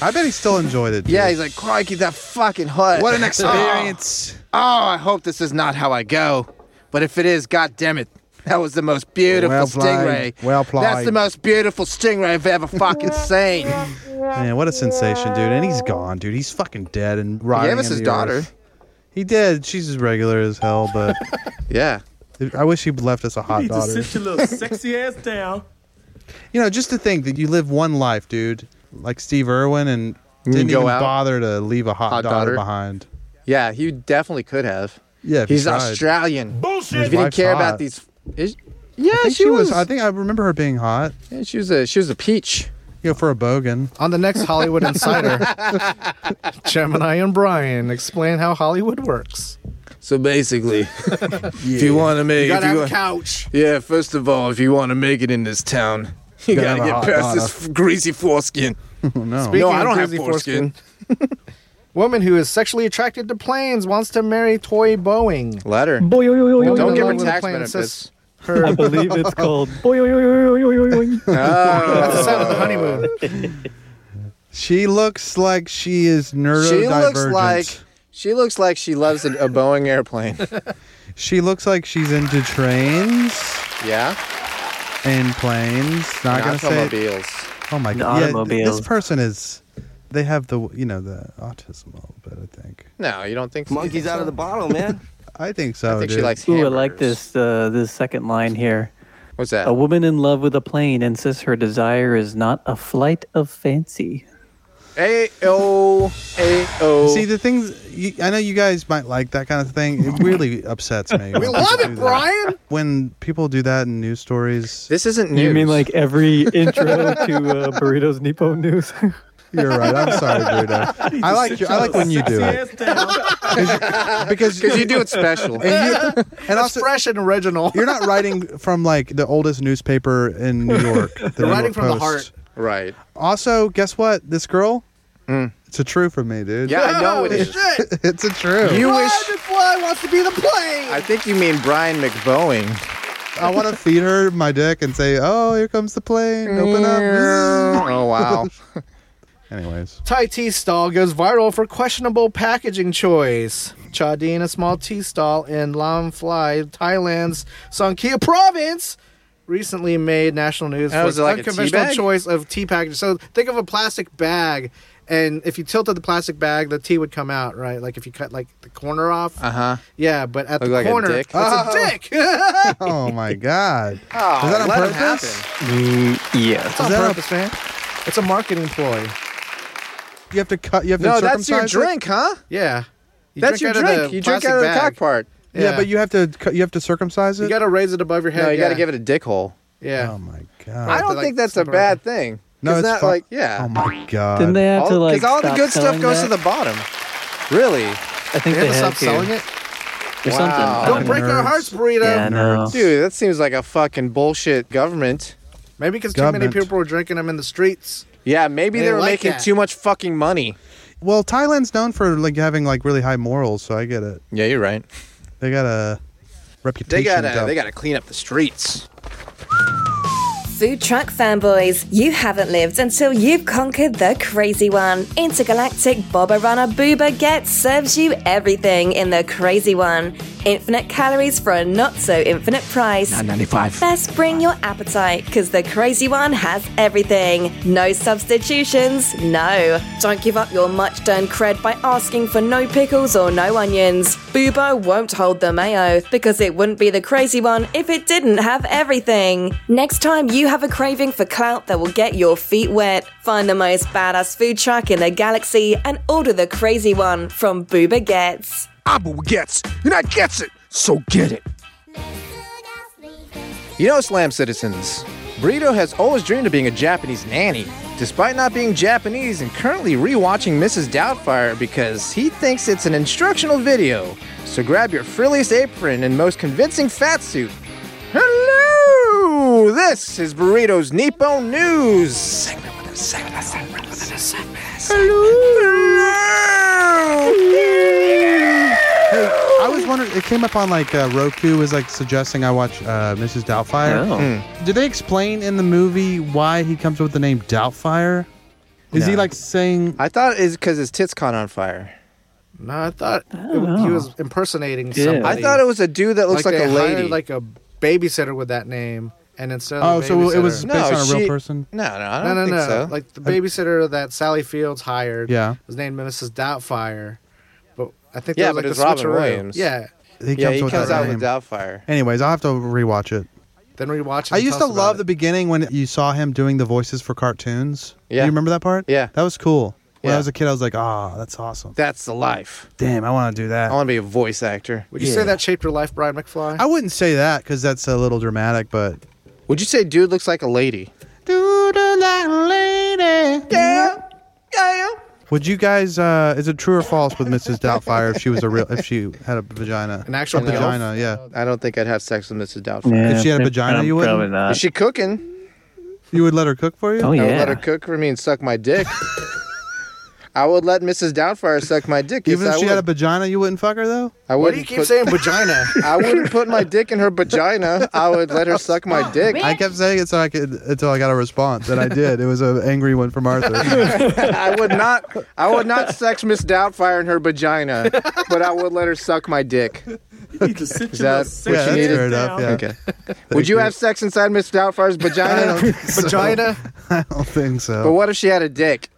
I bet he still enjoyed it. dude. yeah, he's like, crikey, that fucking hut. what an experience. Oh, I hope this is not how I go. But if it is, god damn it. That was the most beautiful Well stingray. played. Well That's the played. most beautiful stingray I've ever fucking seen. Man, what a sensation, dude. And he's gone, dude. He's fucking dead and rotting. us in his the daughter. earth. He did. She's as regular as hell, but Yeah. I wish he'd left us a hot need to daughter. sit your little sexy ass down. You know, just to think that you live one life, dude, like Steve Irwin, and didn't go even out? bother to leave a hot, Hot daughter, daughter? behind. Yeah, he definitely could have. Yeah, if he He's tried. Australian. Bullshit. If he didn't wife's care hot. about these. eh, Is, yeah, I think she, was. I think I remember her being hot. yeah, she was a she was a peach. You know, for a bogan. On the next Hollywood Insider, Gemini and Brian explain how Hollywood works. So basically, if you want to make, You if gotta have you a wa- couch. yeah, first of all, if you want to make it in this town, you gotta, Gotta have a get past hot this f- greasy foreskin. Oh, no. Speaking no, I of don't have greasy foreskin. Woman who is sexually attracted to planes wants to marry toy Boeing. Letter. Boy, oy, oy, oy, oy, Woman Don't in oy, give love her oy. with a tax plane benefits. says Her, I believe it's called. Boy, oy, oy, oy, oy, oy, oy, oy. Oh, that's the sound of the honeymoon. She looks like she is neurodivergent. she looks like she looks like she loves a, a Boeing airplane. she looks like she's into trains Yeah, and planes. Not and gonna say. automobiles. Oh my And god! Yeah, th- automobiles. this person is. They have the you know the autism a little bit. I think. No, you don't think so? Monkey's out of the bottle, man. I think so. I think she dude. likes. Ooh, I like hamburgers. this uh, this second line here. What's that? A woman in love with a plane insists her desire is not a flight of fancy. A O A O. See the things. You, I know you guys might like that kind of thing. It really upsets me. We love it, Brian. When people do that in news stories, This isn't news. You mean like every intro to uh, Burritos Nippon News? you're right. I'm sorry, Bruno. I like you, I like when you do it because Because you do it special. and, you, and That's also fresh and original. you're not writing from like the oldest newspaper in New York. The New writing York from the Post. heart. right. Also, guess what? This girl, Mm. it's a true for me, dude. Yeah, I know it Oh, is. Shit. it's a true. You Brian wish. McFly wants to be the plane. I think you mean Brian McBoeing. I want to feed her my dick and say, "Oh, here comes the plane. Open up." oh wow. Anyways, Thai tea stall goes viral for questionable packaging choice. Chadin, a small tea stall in Lam Phrai, Thailand's Songkhla province, recently made national news Oh, for is its it like a tea unconventional bag? choice of tea packaging. So think of a plastic bag, and if you tilted the plastic bag, the tea would come out, right? Like if you cut like the corner off. Uh huh. Yeah, but at the Look like a corner, dick. it's a dick. It's oh my god, Oh, is that on let it purpose? happen. yes. on that a- purpose, man. It's a marketing ploy. You have to cut. You have to No, that's circumcise your it? drink, huh? Yeah, You that's your drink out of drink. the You drink plastic out of the bag. cock part. Yeah. but you have to. cut- You have to circumcise it. You gotta raise it above your head. No, you yeah. got to give it a dick hole. Yeah. oh my god. I don't like, think that's a slip it bad thing. no, it's not fu- like yeah. Oh my god. Didn't they have to like? Because all, the stop good stuff selling goes that? to the bottom. Really, I think They they have to had stop to. selling it. Or something. Wow. I Don't Don't know. break our hearts, burrito. Yeah, no. dude, that seems like a fucking bullshit government. Maybe because too many Government. people were drinking them in the streets. Yeah, maybe They they were like making that. too much fucking money. Well, Thailand's known for like having like really high morals, so I get it. Yeah, you're right. They got a They reputation. gotta to- they gotta clean up the streets. food truck fanboys, you haven't lived until you've conquered the crazy one. Intergalactic Boba Rana Booba Get serves you everything in the crazy one. Infinite calories for a not so infinite price. 95. Best bring your appetite, because the crazy one has everything. No substitutions, no. Don't give up your much done cred by asking for no pickles or no onions. Boobo won't hold the mayo, because it wouldn't be the crazy one if it didn't have everything. Next time you have a craving for clout that will get your feet wet, find the most badass food truck in the galaxy and order the crazy one from Booba Gets. Abu gets, and I gets it, so get it. You know, Slam Citizens, Burrito has always dreamed of being a Japanese nanny, despite not being Japanese and currently rewatching Mrs. Doubtfire because he thinks it's an instructional video. So grab your frilliest apron and most convincing fat suit. Hello! This is Burrito's Nippon News. I was wondering, it came up on like uh, Roku was like suggesting I watch uh, Mrs. Doubtfire. Oh. Hmm. Did they explain in the movie why he comes up with the name Doubtfire? Is he No. like saying? I thought it's because his tits caught on fire. No, I thought it- he was impersonating Yeah. somebody. I thought it was a dude that looks like, they a lady. hired, like a babysitter with that name, and instead of Oh, the so it was babysitter- No, based on a real she- person. no, no, I don't no, no, think no. so. Like the babysitter that Sally Fields hired, Yeah. was named Mrs. Doubtfire, but I think Yeah, there was but like it's a Robin switcheroo. Williams. Yeah, He yeah, he up comes that out name. with Doubtfire. Anyways, I'll have to rewatch it. then rewatch. It I and used to tell us about love it. the beginning when you saw him doing the voices for cartoons. Yeah. you remember that part? Yeah. that was cool. When Yeah. I was a kid, I was like, "Ah, that's awesome! That's the life. Damn, I want to do that." I want to be a voice actor. Would you say that shaped your life, Brian McFly? I wouldn't say that because that's a little dramatic, but Would you say dude looks like a lady? would you guys? Uh, is it true or false with Mrs. Doubtfire if she was a real if she had a vagina? An actual A vagina, yeah. I don't think I'd have sex with Mrs. Doubtfire. If she had a vagina, I'm you wouldn't? Probably not. Is she cooking? You would let her cook for you? oh I yeah. would let her cook for me and suck my dick. I would let Mrs. Doubtfire suck my dick. Even yes, if she I had a would. vagina, you wouldn't fuck her though. I Why do you wouldn't keep put, saying vagina? I wouldn't put my dick in her vagina. I would let her suck my dick. I kept saying it so I could until I got a response, and I did. It was an angry one from Arthur. I would not. I would not sex Miss Doubtfire in her vagina, but I would let her suck my dick. You need to sit Is your little that what sexy yeah, you that's ass needed? fair enough. down. Yeah. Okay. Would you you. have sex inside Miss Doubtfire's vagina? vagina. I don't think But so. what if she had a dick?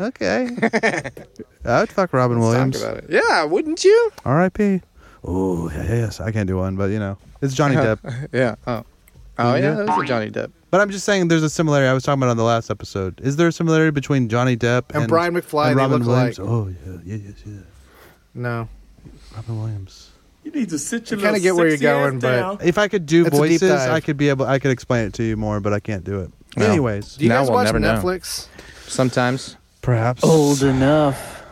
Okay. I would fuck Robin Williams. Talk about it. Yeah, wouldn't you? R.I.P. Oh yes, I can't do one, but you know it's Johnny Depp. Yeah. Oh. Oh yeah, Yeah. that was a Johnny Depp. But I'm just saying, there's a similarity. I was talking about on the last episode. Is there a similarity between Johnny Depp and, And Brian McFly, and they Robin look Williams? alike. Oh yeah, yeah, yeah, yeah. No, Robin Williams. You need to sit your kinda little get where you're sexy ass going, but- down. If I could do It's a deep voices, dive. I could be able. I could explain it to you more, but I can't do it. Anyways, do you Now guys we'll watch never know. Netflix? Sometimes. perhaps Old enough.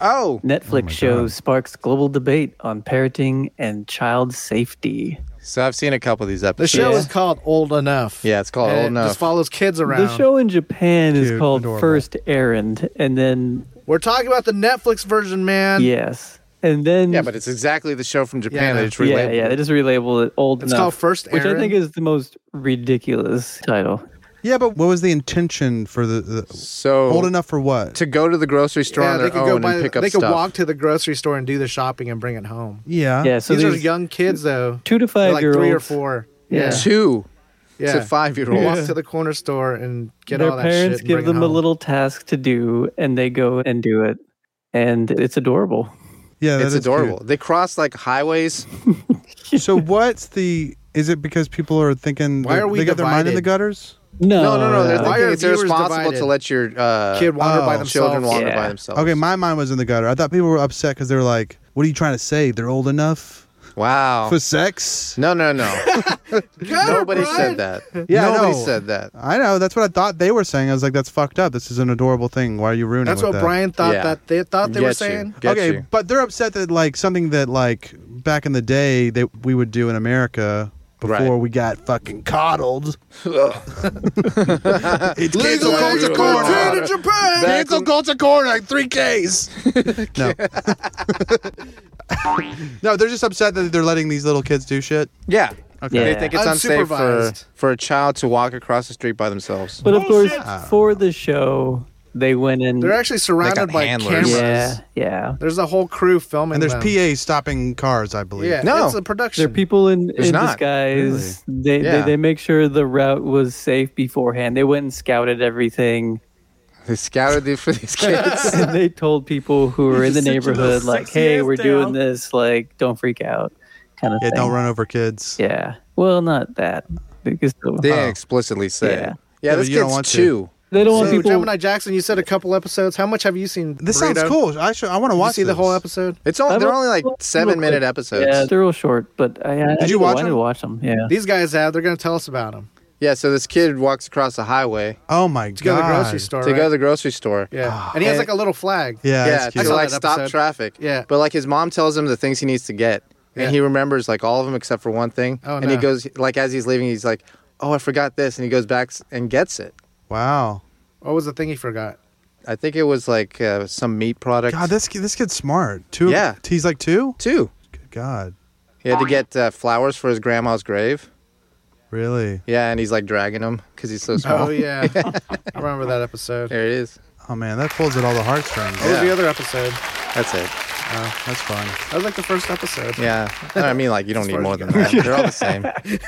Oh, Netflix show sparks global debate on parenting and child safety. so I've seen a couple of these The episodes. show Yeah. is called Old Enough. Yeah, it's called And Old it Enough. Just follows kids around. The show in Japan Cute, is called adorable. First Errand, and then We're talking about the Netflix version, man. yes, and then Yeah, but it's exactly the show from Japan Yeah, that no. it's yeah, related. yeah, they just relabeled it old It's enough. called First which I Errand. think is the most ridiculous title. Yeah, but what was the intention for the, the Oh. So old enough for what? to go to the grocery store Yeah, on they their could go own by. and pick up They could stuff. walk to the grocery store and do the shopping and bring it home. yeah. Yeah, so These are there's young kids though. two to They're five like year three or olds. four. Yeah. Two Yeah. to five year Walk olds. to the corner store and get Their all that parents shit. and give bring them it a home. little task to do, and they go and do it, and it's adorable. Yeah, that It's is cute. adorable. They cross like highways. So what's the? Is it because people are thinking? Why they- are we they got their mind in the divided? gutters? No, No, no, no. They're Why thinking are it's viewers irresponsible divided? to let your uh, Kid wander by Oh, themselves. children wander by Yeah. themselves. Okay, my mind was in the gutter. I thought people were upset because they were like, "What are you trying to say? They're old enough Wow. for sex." No, no, no. Nobody said that. Yeah, I Nobody know. said that. I know. That's what I thought they were saying. I was like, "That's fucked up. This is an adorable thing. Why are you ruining?" That's it what with that? Brian thought Yeah. that they thought they Get were you. saying. Get okay, you. but they're upset that like something that like back in the day that we would do in America before Right. we got fucking coddled. it's legal culture corner. Back Japan. Cancel in- culture corner. Like three Ks. no. no, they're just upset that they're letting these little kids do shit. Yeah. Okay. They Yeah. think it's unsafe for, Unsupervised. for a child to walk across the street by themselves. But of course, for the show, they went and They're actually surrounded by handlers. cameras. yeah, yeah. There's a whole crew filming. And there's them. PAs stopping cars, I believe. Yeah, No. it's a production. There are people in, There's in not, disguise. They, Yeah. they they make sure the route was safe beforehand. They went and scouted everything. They scouted it for these kids. and they told people who were in the Sit your little neighborhood, like, sexy "Hey, ass we're down." doing this. Like, don't freak out." Kind of Yeah, thing. don't run over kids. Yeah. Well, not that. They can still- They didn't explicitly say. it. Yeah. Yeah, Yeah, this but you don't kid's want to. two. They don't want so people. Gemini Jackson, you said a couple episodes. How much have you seen? This Burrito? sounds cool. I should. I want to Did watch. you see the this. whole episode? It's all, I they're will- only like real seven minute quick. episodes. yeah, they're real short, but I, I, I you need to- I watch need them? to watch them. Yeah. These guys have. They're going to tell us about them. Yeah, so this kid walks across the highway Oh my To god. go Ah. to the grocery store. to go to right? the grocery store. yeah, and he has like a little flag. yeah, Yeah. that's cute. to like that stop episode. traffic. Yeah. but like his mom tells him the things he needs to get, Yeah. and he remembers like all of them except for one thing. Oh, and no. he goes like as he's leaving, he's like, "Oh, I forgot this," and he goes back s- and gets it. Wow. What was the thing he forgot? I think it was like uh, some meat product. God, this kid- this kid's smart. Two. Yeah. He's like two. two. Good God. He had to get uh, flowers for his grandma's grave. Really? Yeah, and he's like dragging him because he's so small. Oh yeah, I remember that episode. There it is. Oh man, that pulls at all the heartstrings. What was Yeah. the other episode? That's it. That's fun. That was like the first episode. Yeah, No, I mean, like you don't need far as more you than that. They're all the same.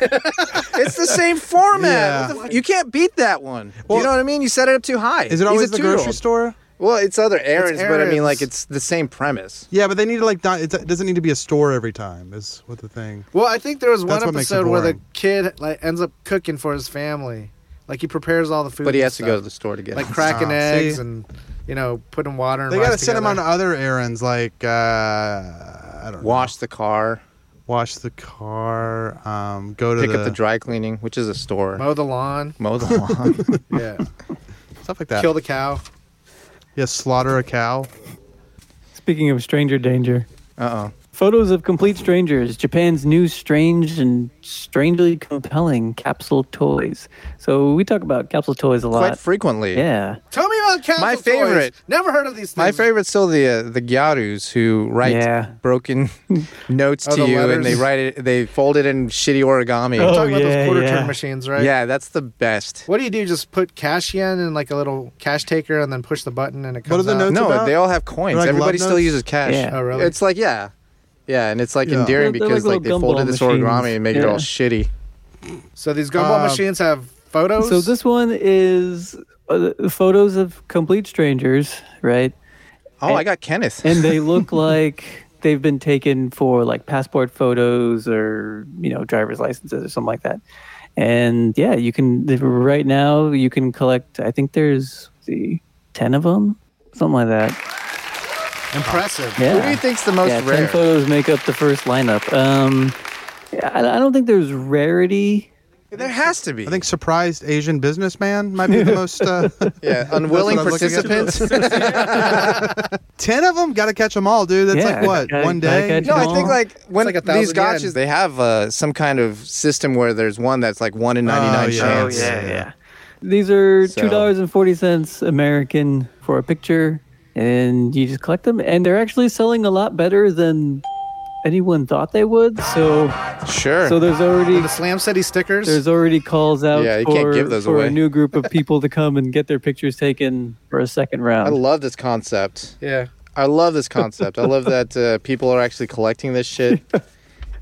it's the same format. Yeah. What the f- you can't beat that one. Well- you know what I mean? You set it up too high. Is it He's always a the two-year-old. grocery store? Well, it's other errands, but I mean, like it's errands. the same premise. Yeah, but they need to like. Not, it doesn't need to be a store every time. Is what the thing. Well, I think there was one That's what makes it episode where the boring. kid like ends up cooking for his family. Like he prepares all the food, But he and has to go to stuff. the store to get like it. cracking Ah, eggs see? and you know putting water. And They got to gotta send him on other errands, like uh, I don't know, wash the car, wash the car, um, go to pick up the dry cleaning, which is a store, mow the lawn. mow the lawn. Yeah, stuff like that. kill the cow. yeah, slaughter a cow. Speaking of stranger danger, uh oh. photos of complete strangers. Japan's new strange and strangely compelling capsule toys. So we talk about capsule toys a Quite lot. frequently. yeah. Tell me about capsule My toys. favorite. Never heard of these things. My favorite's still the uh, the gyarus who write Yeah. broken notes Oh, to the you, and letters? they write it. They fold it in shitty origami. You're Oh, talking about those yeah, quarter yeah. turn machines, right? Yeah, that's the best. What do you do? Just put cash in and like a little cash taker, and then push the button, and it comes. What are the out? notes? no, about- they all have coins. They're like Everybody love still notes? uses cash. Yeah. Oh, really? It's like yeah, yeah, and it's like Yeah. endearing They're- they're because like like, they little folded gumball this origami machines. and make it all Yeah. shitty. So these gumball um, Uh, machines have photos. So this one is uh, photos of complete strangers, right? Oh, And- I got Kenneth. and they look like they've been taken for like passport photos or you know driver's licenses or something like that and yeah you can right now you can collect i think there's the 10 of them something like that impressive. yeah Who do you think's the most yeah, rare? ten photos make up the first lineup. Um, yeah, I, I don't think there's rarity. There has to be. I think surprised Asian businessman might be the most. Uh, yeah, unwilling That's what I was looking participants. Ten of them, gotta catch them all, dude. That's Yeah, like what gotta- one gotta day. catch no, I 'em all. think like when like a these thousand yen. gotchas, they have uh, some kind of system where there's one that's like one in ninety nine Oh, yeah. chance. Oh, yeah. These are So- two dollars and forty cents American for a picture, and you just collect them, and they're actually selling a lot better than anyone thought they would. So, Sure. so there's already The Slam City stickers. there's already calls out Yeah, you for, can't give those for away. a new group of people to come and get their pictures taken for a second round. I love this concept. yeah. I love this concept. I love that uh, people are actually collecting this shit.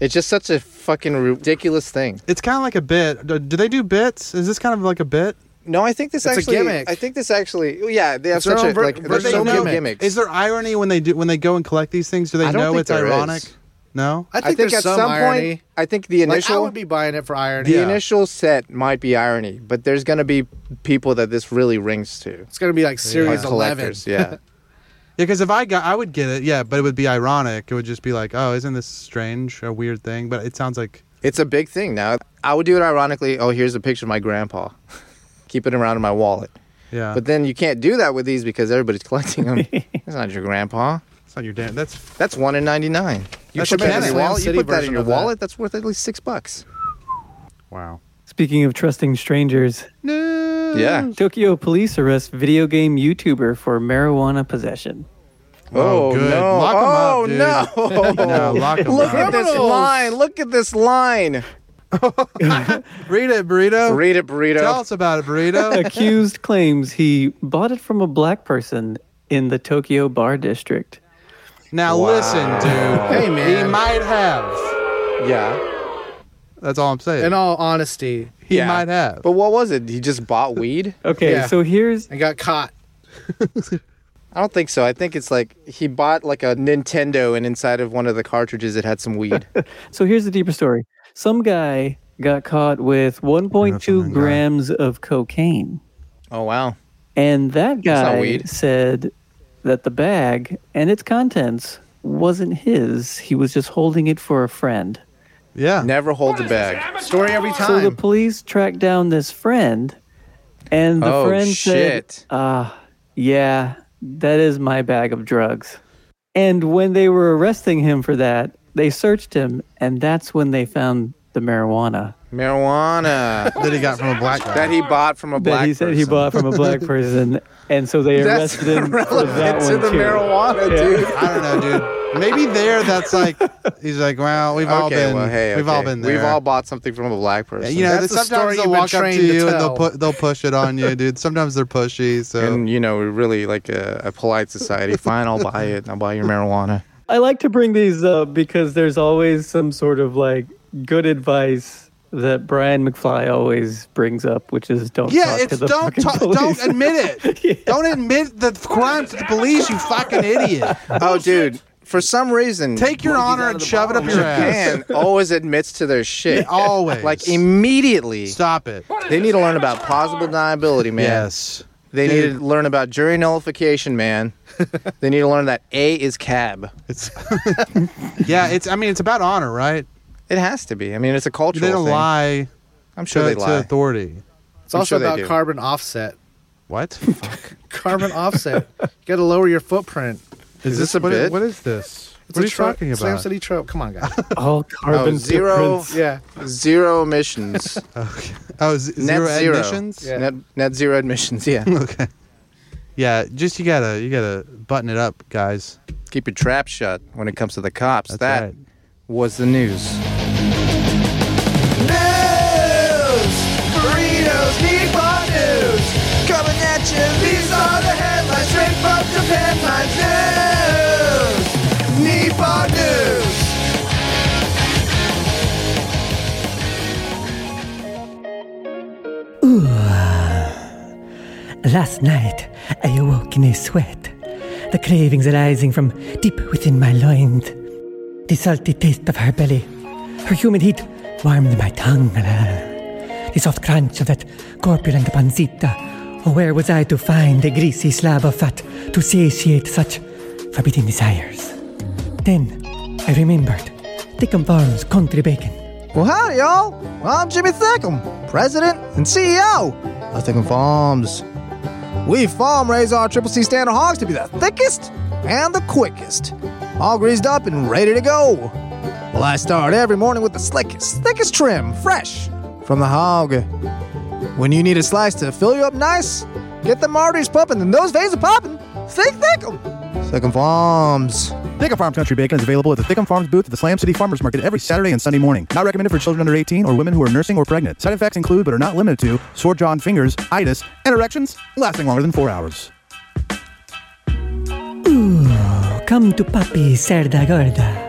It's just such a fucking ridiculous thing. It's kind of like a bit. Do- Do they do bits? Is this kind of like a bit? No, I think this It's a actually. gimmick. I think this actually. Yeah, they have It's their such a own ver- like. There's version so of many gimmick. gimmicks. Is there irony when they do when they go and collect these things? Do they I don't know think it's there is. ironic? No. I I think, think, there's at some, some, irony. point, I think the like, I initial would be buying it for irony. the Yeah. initial set might be irony, but there's gonna be people that this really rings to. It's gonna be like Are series eleven. collectors, yeah. Yeah, because if I got, I would get it. Yeah, but it would be ironic. It would just be like, oh, isn't this strange, a weird thing? But it sounds like It's a big thing now. I would do it ironically. Oh, here's a picture of my grandpa. Keep it around in my wallet. yeah. But then you can't do that with these because everybody's collecting them. That's not your grandpa. That's not your damn. That's That's one in ninety nine. You That's put a that in Canada your Slam wallet. You City put that in version your of that. wallet. That's worth at least six bucks. wow. Speaking of trusting strangers, No. Yeah. Tokyo police arrest video game YouTuber for marijuana possession. Oh, good. Lock 'em up, dude. oh no! No, lock 'em Look up. at this line. Look at this line. Read it, burrito. Read it, burrito. Tell us about it, burrito. Accused claims he bought it from a black person in the Tokyo bar district. now listen, dude. Hey, man. He might have. yeah. That's all I'm saying. In all honesty, he Yeah. might have. But what was it? He just bought weed? Okay, Yeah. so here's I got caught. I don't think so. I think it's like he bought like a Nintendo and inside of one of the cartridges it had some weed. so here's the deeper story. Some guy got caught with 1.2 grams of cocaine. oh wow. And that not guy weed. said that the bag and its contents wasn't his. He was just holding it for a friend. Yeah. Never hold a bag. Story every So the time. police tracked down this friend, and the Oh, friend shit. said, "Ah, yeah, that is my bag of drugs." And when they were arresting him for that, they searched him, and that's when they found the marijuana Marijuana That he got from a black guy. that he bought from a that black he said he person. bought from a black person. And so they That's arrested him for that relevant to one the too. marijuana, dude. I don't know, dude. Maybe there, that's like he's like, well, we've all okay, been, well, hey, we've okay. all been there. We've all bought something from a black person. You know, That's that the story sometimes they'll you've been walk up to trained to you and they'll tell. put they'll push it on you, dude. Sometimes they're pushy, so and you know, we're really like a, a polite society. Fine, I'll buy it. I'll buy your marijuana. I like to bring these up because there's always some sort of like good advice that Brian McFly always brings up, which is don't yeah, talk to it's the don't fucking talk, police. don't admit it. Don't admit the crime to the police, you fucking idiot. Oh, dude. For some reason, Take your honor and shove it up your ass. Japan always admits to their shit. Always. Like immediately. Stop it. They need to learn about plausible deniability, man. Yes. They Dude. need to learn about jury nullification, man. they need to learn that A is cab. It's Yeah, it's I mean it's about honor, right? It has to be. I mean, it's a cultural they don't thing. lie Uh, I'm sure to, they to lie. authority. It's also sure they about do. carbon offset. What? Carbon offset. You got to lower your footprint. Is this a what, bit? what is this? It's what a are you trope- talking Slam about? City trope. Come on, guys. all Oh, carbon zero, footprints. yeah. zero emissions. Oh, z- Net zero zero. admissions? Yeah. net, net zero admissions. Yeah. Okay. Yeah, just you gotta you gotta button it up, guys. Keep your trap shut when it comes to the cops. That's that right. was the news. Last night, I awoke in a sweat, the cravings arising from deep within my loins. The salty taste of her belly, her humid heat warmed my tongue. The soft crunch of that corpulent pancita. Oh, where was I to find a greasy slab of fat to satiate such forbidding desires? Then I remembered Dickon Farms country bacon. Well, howdy, y'all. Well, I'm Jimmy Thickum, president and E CEO of Thickum Farms. We farm raise our Triple C standard hogs to be the thickest and the quickest, all greased up and ready to go. Well, I start every morning with the slickest, thickest trim, fresh from the hog. When you need a slice to fill you up nice, get them arteries pumping and those veins are popping. Thick Thickum. Thickum Farms. Thickum Farms Country Bacon is available at the Thickum Farms booth at the Slam City Farmers Market every Saturday and Sunday morning. Not recommended for children under 18 or women who are nursing or pregnant. Side effects include, but are not limited to, sore jaw and fingers, itis, and erections lasting longer than four hours. Come to Papi Cerda Gorda.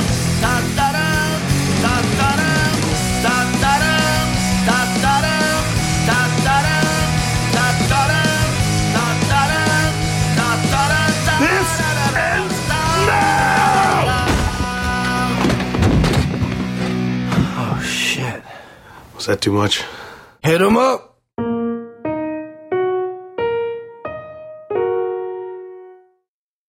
This ends now! Hit him up.